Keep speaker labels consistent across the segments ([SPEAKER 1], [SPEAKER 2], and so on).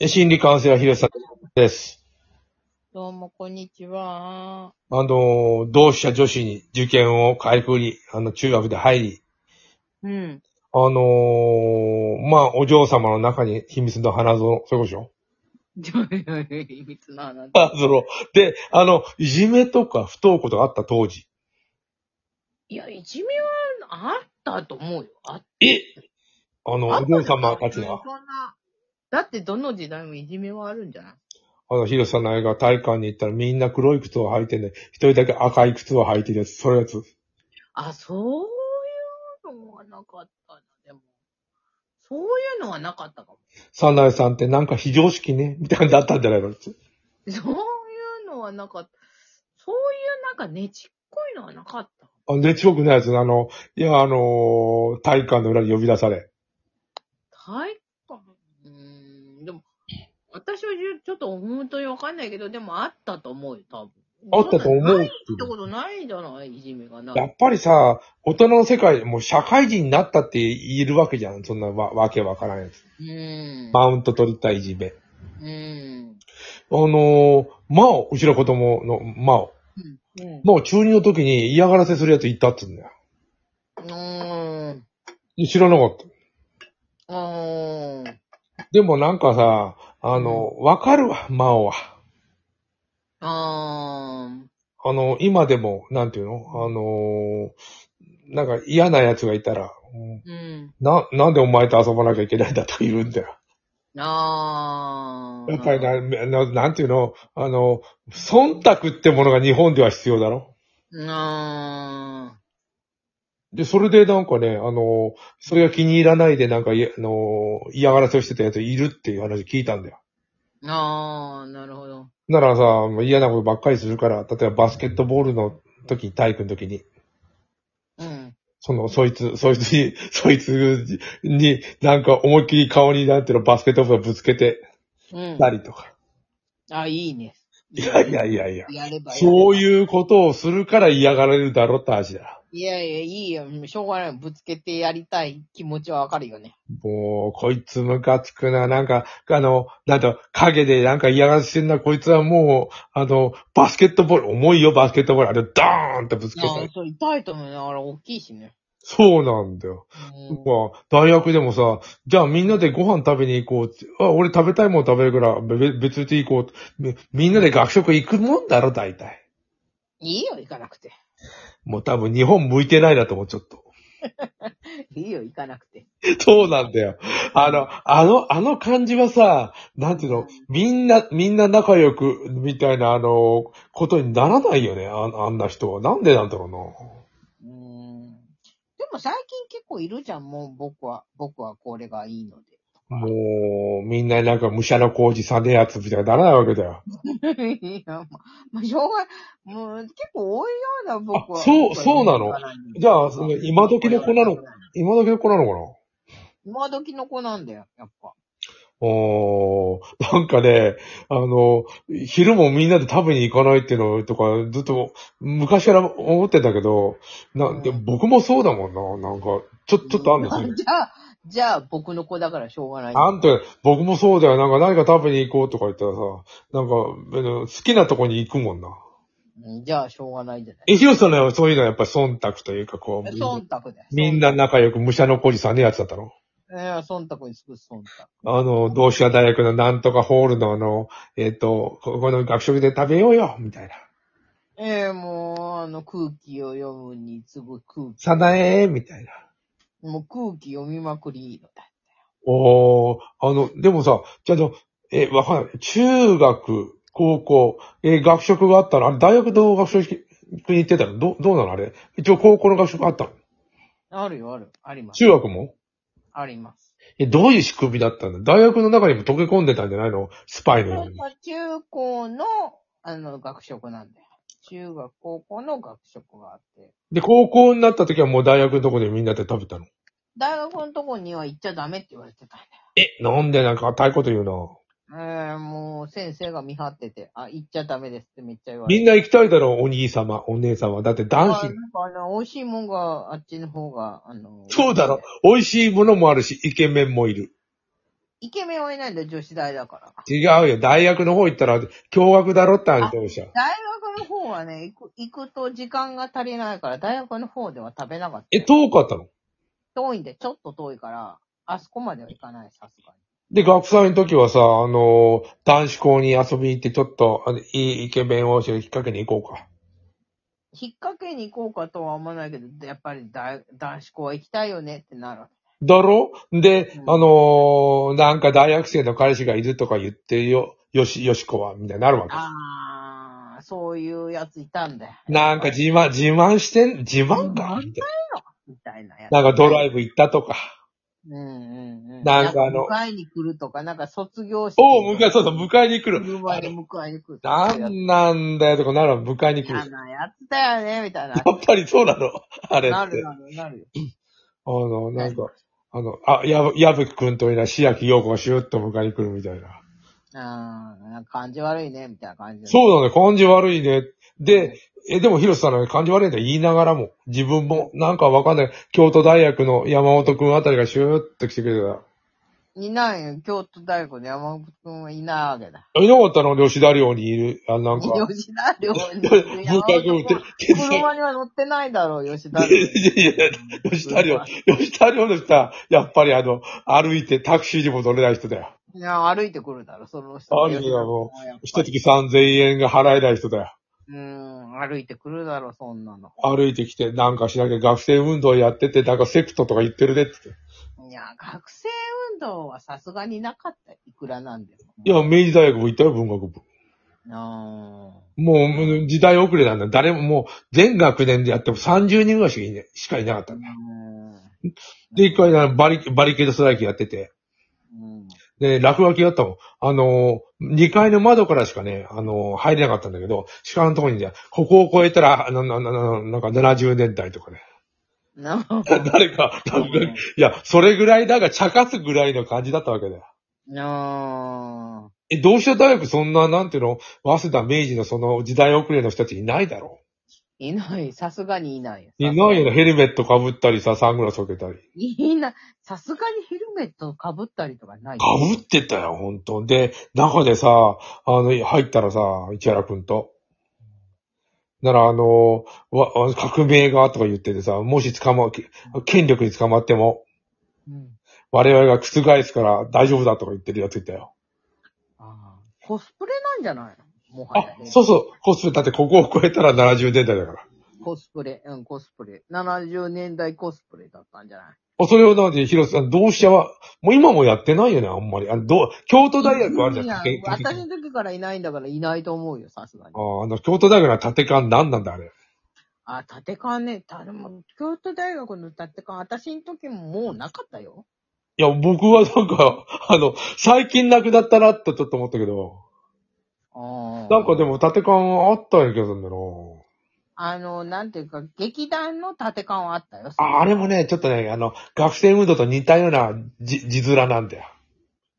[SPEAKER 1] え心理カウンセラー、ひろしさんです。
[SPEAKER 2] どうも、こんにちは。
[SPEAKER 1] あのー、同志社女子に受験を回復に、あの、中学で入り、
[SPEAKER 2] うん。
[SPEAKER 1] あのー、まあ、お嬢様の中に秘密の花園、そういうことでしょ
[SPEAKER 2] ちょ いやいや秘密の話。
[SPEAKER 1] 花園。で、あの、いじめとか不登校とかあった当時。
[SPEAKER 2] いや、いじめはあったと思うよ。あっ
[SPEAKER 1] えあの、
[SPEAKER 2] た。
[SPEAKER 1] お嬢様たちが
[SPEAKER 2] そ、んな。だってどの時代もいじめはあるんじゃない
[SPEAKER 1] あの、ひろしさんの映画体育館に行ったらみんな黒い靴を履いてね、一人だけ赤い靴を履いてるやつ、そういうやつ。
[SPEAKER 2] あ、そういうのはなかったな、でも。そういうのはなかったかも。
[SPEAKER 1] サナエさんってなんか非常識ね、みたいなのだったんじゃないの
[SPEAKER 2] そういうのはなかった。そういうなんかねちっこいのはなかった。
[SPEAKER 1] あで、遅刻のやつ、あの、いや、あのー体育館の裏に呼び出され。
[SPEAKER 2] 体育館うーん、でも、私はちょっと本当にわかんないけど、でもあったと思うよ、多分。
[SPEAKER 1] あったと思
[SPEAKER 2] そんな
[SPEAKER 1] う
[SPEAKER 2] ない
[SPEAKER 1] っ
[SPEAKER 2] っててことないじゃないいじめがな
[SPEAKER 1] やっぱりさ、大人の世界、もう社会人になったって言えるわけじゃん。そんなわわけわからんやつ。
[SPEAKER 2] うーん。
[SPEAKER 1] マウント取りたいいじめ。
[SPEAKER 2] うーん。
[SPEAKER 1] あのー、まお、うちの子供の、まお。
[SPEAKER 2] うん。
[SPEAKER 1] まお、中二の時に嫌がらせするやついたっつうんだよ。
[SPEAKER 2] うーん。
[SPEAKER 1] 知らなかった。
[SPEAKER 2] うーん。
[SPEAKER 1] でもなんかさ、あの、わかるわ、まおは。
[SPEAKER 2] あー
[SPEAKER 1] あの、今でも、なんていうのあのーなんか嫌な奴がいたら、うん
[SPEAKER 2] うん。
[SPEAKER 1] な、なんでお前と遊ばなきゃいけないんだといるんだよ。
[SPEAKER 2] あー
[SPEAKER 1] やっぱりな、ななんていうの、あの、忖度ってものが日本では必要だろ。
[SPEAKER 2] な
[SPEAKER 1] で、それでなんかね、あの、それが気に入らないでなんかい、あの、嫌がらせをしてたやついるっていう話聞いたんだよ。
[SPEAKER 2] ーあー、なるほど。
[SPEAKER 1] ならさ、もう嫌なことばっかりするから、例えばバスケットボールの時、体育の時に、
[SPEAKER 2] うん。
[SPEAKER 1] その、そいつ、そいつに、 そいつに、なんか思いっきり顔になんていうのバスケットボールをぶつけて
[SPEAKER 2] うん
[SPEAKER 1] た。りとか。
[SPEAKER 2] あ、いいね。
[SPEAKER 1] いやいやいやいや。
[SPEAKER 2] やればやれば
[SPEAKER 1] そういうことをするから嫌がられるだろうって話だ。
[SPEAKER 2] いやいや、いいよ。しょうがない。ぶつけてやりたい気持ちはわかるよね。
[SPEAKER 1] もう、こいつムカつくな。なんか、あの、なんと、影でなんか嫌がらせしてんな。こいつはもう、あの、バスケットボール、重いよ、バスケットボール。あれ、ダーンってぶつけ
[SPEAKER 2] あ
[SPEAKER 1] て。
[SPEAKER 2] そう、痛いと思うよ。あれ、大きいしね。
[SPEAKER 1] そうなんだよ。
[SPEAKER 2] うん
[SPEAKER 1] まあ、大学でもさ、じゃあみんなでご飯食べに行こうって。あ、俺食べたいもん食べるから、べべ別々行こうみ。みんなで学食行くもんだろ、大体。
[SPEAKER 2] いいよ、行かなくて。
[SPEAKER 1] もう多分日本向いてないなと思う、ちょっと。
[SPEAKER 2] いいよ、行かなくて。
[SPEAKER 1] そうなんだよ。あの、あの、あの感じはさ、なんていうの、みんな、みんな仲良く、みたいな、あの、ことにならないよね、ああんな人は。なんでなんだろう
[SPEAKER 2] うん。でも最近結構いるじゃん、もう僕は、僕はこれがいいの
[SPEAKER 1] な。もう、みんななんか武者の工事さねえやつみたいにならないわけだよ。
[SPEAKER 2] で。いや、まあ、しょうがもう結構多いような、僕は。
[SPEAKER 1] そうそうなの
[SPEAKER 2] 僕はね
[SPEAKER 1] じゃあその今時の子なの今だけこうなのかな
[SPEAKER 2] 今時の子なんだよ、やっぱ。
[SPEAKER 1] おー、なんかね、あの、昼もみんなで食べに行かないっていうのとか、ずっと昔から思ってたけど、な、で
[SPEAKER 2] うん
[SPEAKER 1] 僕もそうだもんな、なんか、ちょ、ちょっとあんですよ。
[SPEAKER 2] じゃあ、じゃあ僕の子だからしょうがない。
[SPEAKER 1] あんた、僕もそうだよ。なんか何か食べに行こうとか言ったらさ、なんか、あの好きなとこに行くもんな。
[SPEAKER 2] うんじゃあしょうがないじゃない。
[SPEAKER 1] え、ヒロさんのはそういうのはやっぱり忖度というか、こう、みんな
[SPEAKER 2] 忖度だよ。
[SPEAKER 1] みんな仲良く武者の小路さんのやつだったの
[SPEAKER 2] えー、忖度にすぐ忖
[SPEAKER 1] あの、同志社大学のなんとかホールのあの、えっ、と、ここの学食で食べようよ、みたいな。
[SPEAKER 2] 度。えー、もう、あの、空気を読むに次ぐ空気。
[SPEAKER 1] さなえみたいな。
[SPEAKER 2] もう空気読みまくりのだ。
[SPEAKER 1] おー、あの、でもさ、じゃああの、え、わかんない。中学、高校、えー学食があったら、あれ、大学の学食に行ってたのど、どうなのあれ。一応高校の学食あったの
[SPEAKER 2] あるよ、ある。あります。
[SPEAKER 1] 中学も
[SPEAKER 2] あります。
[SPEAKER 1] え、どういう仕組みだったの大学の中にも溶け込んでたんじゃないのスパイ
[SPEAKER 2] こ
[SPEAKER 1] の
[SPEAKER 2] れ
[SPEAKER 1] ように。
[SPEAKER 2] が中高の、あの、学食なんだよ。中学、高校の学食があって。
[SPEAKER 1] で、高校になった時はもう大学のとこでみんなで食べたの。
[SPEAKER 2] 大学のとこには行っちゃダメって言われてたん
[SPEAKER 1] え、なんでなんか硬いこと言うな。
[SPEAKER 2] だよ。えー、もう、先生が見張ってて、あ、行っちゃダメですってめっちゃ言われて。
[SPEAKER 1] みんな行きたいだろ、お兄様、お姉様。だって男
[SPEAKER 2] あ
[SPEAKER 1] 子。
[SPEAKER 2] なんかあの、美味しいもんがあっちの方が、あの、
[SPEAKER 1] そうだろ。。美味しいものもあるし、イケメンもいる。
[SPEAKER 2] イケメンはいないんだよ、女子大だから。
[SPEAKER 1] 違うよ。大学の方行ったら、驚愕だろって話でしょ。
[SPEAKER 2] 大学の方はね、行く、行くと時間が足りないから、大学の方では食べなかった。
[SPEAKER 1] え、遠かったの
[SPEAKER 2] 遠いんで、ちょっと遠いから、あそこまでは行かない、さすがに。
[SPEAKER 1] で、学祭の時はさ、あのー男子校に遊びに行って、ちょっと、あの、いいイケメンを知るきっかけに行こうか。
[SPEAKER 2] 引っ掛けに行こうかとは思わないけど、やっぱり大男子校は行きたいよねってなる。
[SPEAKER 1] だろで、
[SPEAKER 2] うん
[SPEAKER 1] あのーなんか大学生の彼氏がいるとか言ってよ、よし、よしこは、みたいになるわけ。
[SPEAKER 2] あー、そういうやついたんだよ。
[SPEAKER 1] なんか自慢、自慢してん、自慢かみたい
[SPEAKER 2] みたいなやつ。
[SPEAKER 1] な。なんかドラ
[SPEAKER 2] イ
[SPEAKER 1] イブ行ったとか。
[SPEAKER 2] うんうんうん。
[SPEAKER 1] なんかあの
[SPEAKER 2] なん迎えに来るとか、なんか卒業式。
[SPEAKER 1] おう、迎え、そうそう、迎えに来る。
[SPEAKER 2] 車で迎えに来る。
[SPEAKER 1] なんなんだよとかなるわ迎えに来る。や
[SPEAKER 2] 嫌なやつだよね、みたいな。
[SPEAKER 1] っぱりそうなのあれ
[SPEAKER 2] な
[SPEAKER 1] って
[SPEAKER 2] る。なるなるよ。
[SPEAKER 1] あの、なんか、あの、あ、やぶ、やぶきくんといら、しやきようこがシュッと迎えに来るみたいな。
[SPEAKER 2] あーなんか感じ悪いね、みたいな感じだね。
[SPEAKER 1] そうだね、感じ悪いね。で、え、でも、広瀬さんの感じ悪いんだ言いながらも、自分も、なんかわかんない。京都大学の山本くんあたりがシューって来てくれ
[SPEAKER 2] いないよ。京都大学の山本くんはいないわけだ。
[SPEAKER 1] た。いなかったの吉田寮にいる、あ、なんか。
[SPEAKER 2] 吉田寮に。
[SPEAKER 1] 部活を手手伝い
[SPEAKER 2] 車には乗ってないだろう、吉田
[SPEAKER 1] い
[SPEAKER 2] 寮。
[SPEAKER 1] やいや、吉田寮、吉田寮の人は、やっぱりあの、歩いてタクシーにも乗れない人だよ。
[SPEAKER 2] いや、歩いてくるだろ、その人。
[SPEAKER 1] あるよ
[SPEAKER 2] 吉田寮はやっぱり
[SPEAKER 1] 一月3000円が払えない人だよ。
[SPEAKER 2] うーん、歩いてくるだろ、そんなの。
[SPEAKER 1] 歩いてきて、なんかしなきゃ学生運動やってて、なんかセクトとか言ってるねって言って。
[SPEAKER 2] いや、学生運動はさすがになかった。いくらなんでも。
[SPEAKER 1] いや、明治大学も行ったよ、文学部。
[SPEAKER 2] あ
[SPEAKER 1] もうもう、時代遅れなんだ。誰も、もう、全学年でやっても30人ぐらいしかい,、ね、しかいなかった
[SPEAKER 2] ー
[SPEAKER 1] んだ。
[SPEAKER 2] うん
[SPEAKER 1] で、一回なバリ、バリケードストライキやってて、
[SPEAKER 2] うん
[SPEAKER 1] で、落書きやったもん。あのー、2階の窓からしかね、あのー、入れなかったんだけど、鹿のとこにね、ここを越えたら、な、な、な、ななんか70年代とかね。
[SPEAKER 2] な
[SPEAKER 1] 誰か、落書きいや、それぐらい、なんか、茶化すぐらいの感じだったわけだよ。
[SPEAKER 2] な
[SPEAKER 1] え、同志社大学そんな、なんていうの、早稲田、明治のその時代遅れの人たちいないだろう。
[SPEAKER 2] いない、さすがにいないよ。
[SPEAKER 1] いないよね。ヘルメットかぶったりさ、サングラスかけたり。
[SPEAKER 2] いない。さすがにヘルメット被ったりとかないよ。
[SPEAKER 1] かぶってたよ、本当で、中でさ、あの、入ったらさ、市原くんと。なら、あの、わ、わ革命がとか言っててさ、もし捕ま、権力に捕まっても、
[SPEAKER 2] うん
[SPEAKER 1] 我々が覆すから大丈夫だとか言ってるやついたよ。
[SPEAKER 2] あーコスプレなんじゃないのもは
[SPEAKER 1] あ
[SPEAKER 2] や、ね。
[SPEAKER 1] そうそう、コスプレ、だってここを超えたら70年代だから。
[SPEAKER 2] コスプレ。うん、コスプレ。70年代コスプレだったんじゃない
[SPEAKER 1] あそれをなんで、広瀬さん、同志社は、もう今もやってないよね、あんまり。あの、どう京都大学あるじゃん。
[SPEAKER 2] いや
[SPEAKER 1] け、
[SPEAKER 2] 私の時からいないんだからいないと思うよ、さすがに。
[SPEAKER 1] ああの、京都大学の縦勘何なんだ、あれ。
[SPEAKER 2] あ、縦缶ね。たでも、京都大学の縦缶、私の時ももうなかったよ。
[SPEAKER 1] いや、僕はなんか、 あの、最近なくなったなってちょっと思ったけど、
[SPEAKER 2] ああ。
[SPEAKER 1] なんかでも縦感あったんやけどな。
[SPEAKER 2] あの、なんていうか、劇団の縦缶はあったよ。
[SPEAKER 1] あ、あれもね、ちょっとね、あの、学生運動と似たようなじ、字面なんだよ。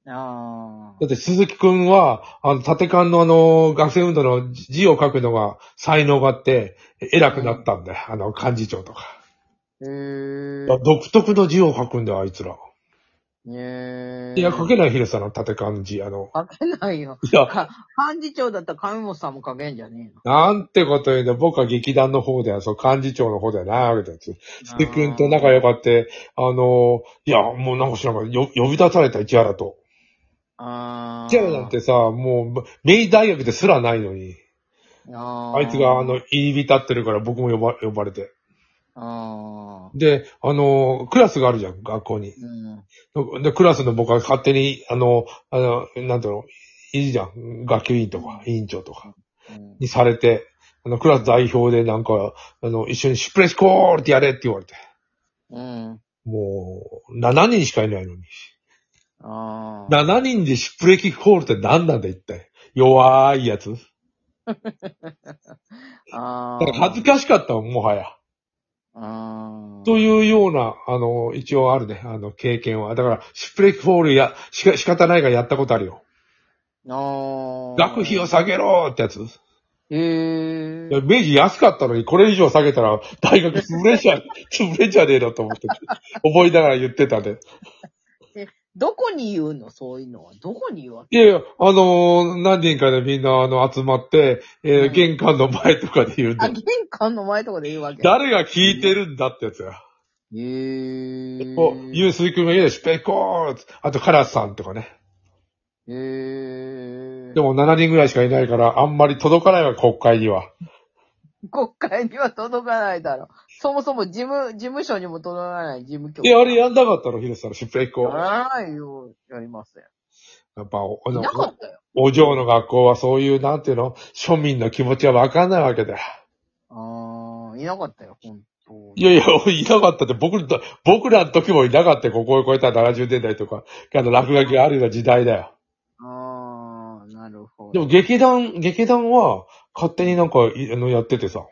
[SPEAKER 2] あ
[SPEAKER 1] だって鈴木くんは、あの、縦感のあの、学生運動の字字を書くのが才能があって、偉くなったんだよ。あの、幹事長とか。
[SPEAKER 2] あ。へえ。
[SPEAKER 1] 独特の字を書くんだよ、あいつら。
[SPEAKER 2] ねえ。
[SPEAKER 1] いや、書けない広さの縦感の字、あの。
[SPEAKER 2] 書けないよ。
[SPEAKER 1] いや、
[SPEAKER 2] か幹事長だったら上本さんも書けんじゃねえの。
[SPEAKER 1] なんてこと言うんだ。僕は劇団の方では、そう、幹事長の方ではないわけだよ。鈴木くんと仲良
[SPEAKER 2] く。
[SPEAKER 1] かって、あのーいや、もうなんか知らんから、よ、呼び出された、市原と。
[SPEAKER 2] ああ。
[SPEAKER 1] 市原なんてさ、もう、明治大学ですらないのに、
[SPEAKER 2] あー
[SPEAKER 1] あいつが、あの、、入り浸ってるから、僕も呼ば、呼ばれて。
[SPEAKER 2] ああ。
[SPEAKER 1] で、あのークラスがあるじゃん、学校に。
[SPEAKER 2] うん。
[SPEAKER 1] で、クラスの僕は勝手に、あの、あの、なんていうの、いいじゃん、学級委員とか、委員長とか、
[SPEAKER 2] うん
[SPEAKER 1] にされて、あの、クラス代表でなんか、あの、一緒にシュプレスコールってやれって言われて。
[SPEAKER 2] うん。
[SPEAKER 1] もう、7人しかいないのに。
[SPEAKER 2] ああ。
[SPEAKER 1] 7人でシュプレキコールって何なんだ一体。弱いやつ。
[SPEAKER 2] あ
[SPEAKER 1] だから
[SPEAKER 2] あ。
[SPEAKER 1] 恥ずかしかったもん、もはや。
[SPEAKER 2] ああ。
[SPEAKER 1] というような、あの、一応あるね、あの、経験は。だから、シュプレキコールや、しか、仕方ないがやったことあるよ。
[SPEAKER 2] ああ。
[SPEAKER 1] 学費を下げろってやつ。
[SPEAKER 2] へえ。
[SPEAKER 1] 明治安かったのに、これ以上下げたら、大学 潰れちゃう、潰れちゃねえのと思って、覚えながら言ってたね。
[SPEAKER 2] どこに言うのそういうのは。どこに言うわけ
[SPEAKER 1] いやいや、あのー何人かでみんな、あの、集まって、えー
[SPEAKER 2] うん
[SPEAKER 1] 玄関の前とかで言うんだ
[SPEAKER 2] あ、。玄関の前とかで言うわけ。
[SPEAKER 1] 誰が聞いてるんだってやつや。
[SPEAKER 2] へぇ
[SPEAKER 1] こう、ゆうすいくんが言うでしょ、ペコーンあと、カラスさんとかね。
[SPEAKER 2] へぇ
[SPEAKER 1] でも7人ぐらいしかいないから、あんまり届かないわ、国会には。
[SPEAKER 2] 国会には届かないだろ。そもそも事務、事務所にも届かない事務局。
[SPEAKER 1] いや、あれやんなかったの、ヒデさん、しペコーン。
[SPEAKER 2] やらないよ。やりません。
[SPEAKER 1] やっぱ、おあ
[SPEAKER 2] い
[SPEAKER 1] の
[SPEAKER 2] なかったよ。
[SPEAKER 1] お嬢の学校はそういう、なんていうの、庶民の気持ちはわかんないわけだよ。
[SPEAKER 2] あー、いなかったよ、本当
[SPEAKER 1] いやい や、いなかったって、僕らと、僕らの時もいなかったよ、ここを超えた70年代とか、あの、落書きがあるような時代だよ。
[SPEAKER 2] あー、なるほ
[SPEAKER 1] で
[SPEAKER 2] ど。
[SPEAKER 1] も、劇団、劇団は、勝手になんか、いあの、やっててさ、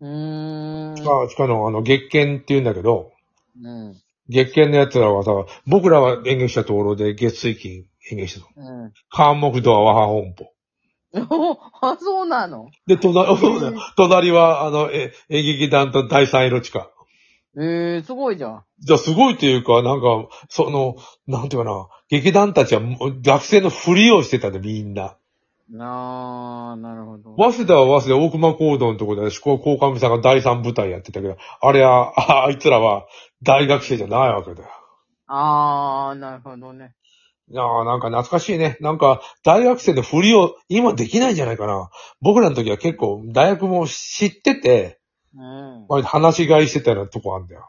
[SPEAKER 2] うーん。
[SPEAKER 1] 地下地下の、あの、月見って言うんだけど、
[SPEAKER 2] うん。
[SPEAKER 1] 月見の奴らはさ、僕らは演劇したところで月水金演劇したと。
[SPEAKER 2] うん。
[SPEAKER 1] 関木道は和波本舗。
[SPEAKER 2] おあ、そうなの
[SPEAKER 1] で、隣、
[SPEAKER 2] そうだよ
[SPEAKER 1] 隣は、あの、え演劇団と第三色地下。
[SPEAKER 2] えー、すごいじゃん。
[SPEAKER 1] じゃあすごいというか、なんか、その、なんていうかな、劇団たちはもう学生のふりをしてたんだよ、みんな。
[SPEAKER 2] あー、なるほど。
[SPEAKER 1] 早稲田は早稲田大熊講堂のところで、思考高上さんが第三舞台やってたけど、あれは、ああいつらは大学生じゃないわけだよ。
[SPEAKER 2] あー、なるほどね。
[SPEAKER 1] いやーなんか懐かしいね。なんか、大学生のふりを今できないんじゃないかな。僕らの時は結構、大学も知ってて、
[SPEAKER 2] うん。
[SPEAKER 1] 割と話し飼いしてたようなとこあんだよ。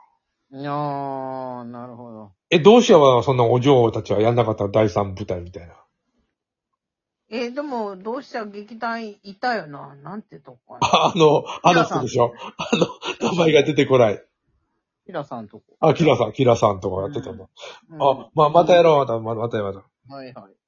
[SPEAKER 2] あー、なるほど。
[SPEAKER 1] え、どうしようはそんなお嬢たちはやんなかったの第三舞台みたいな。
[SPEAKER 2] えーでも、どうした劇団いたよな。なんてとこかな。
[SPEAKER 1] あの、あの人でしょ。あの、名前が出てこない。
[SPEAKER 2] ひらさんとこ。
[SPEAKER 1] あ、キラさん、キラさんとかやってたの。
[SPEAKER 2] うん
[SPEAKER 1] あ、まあ、またやろう、また、また、またやろう。
[SPEAKER 2] はいはい。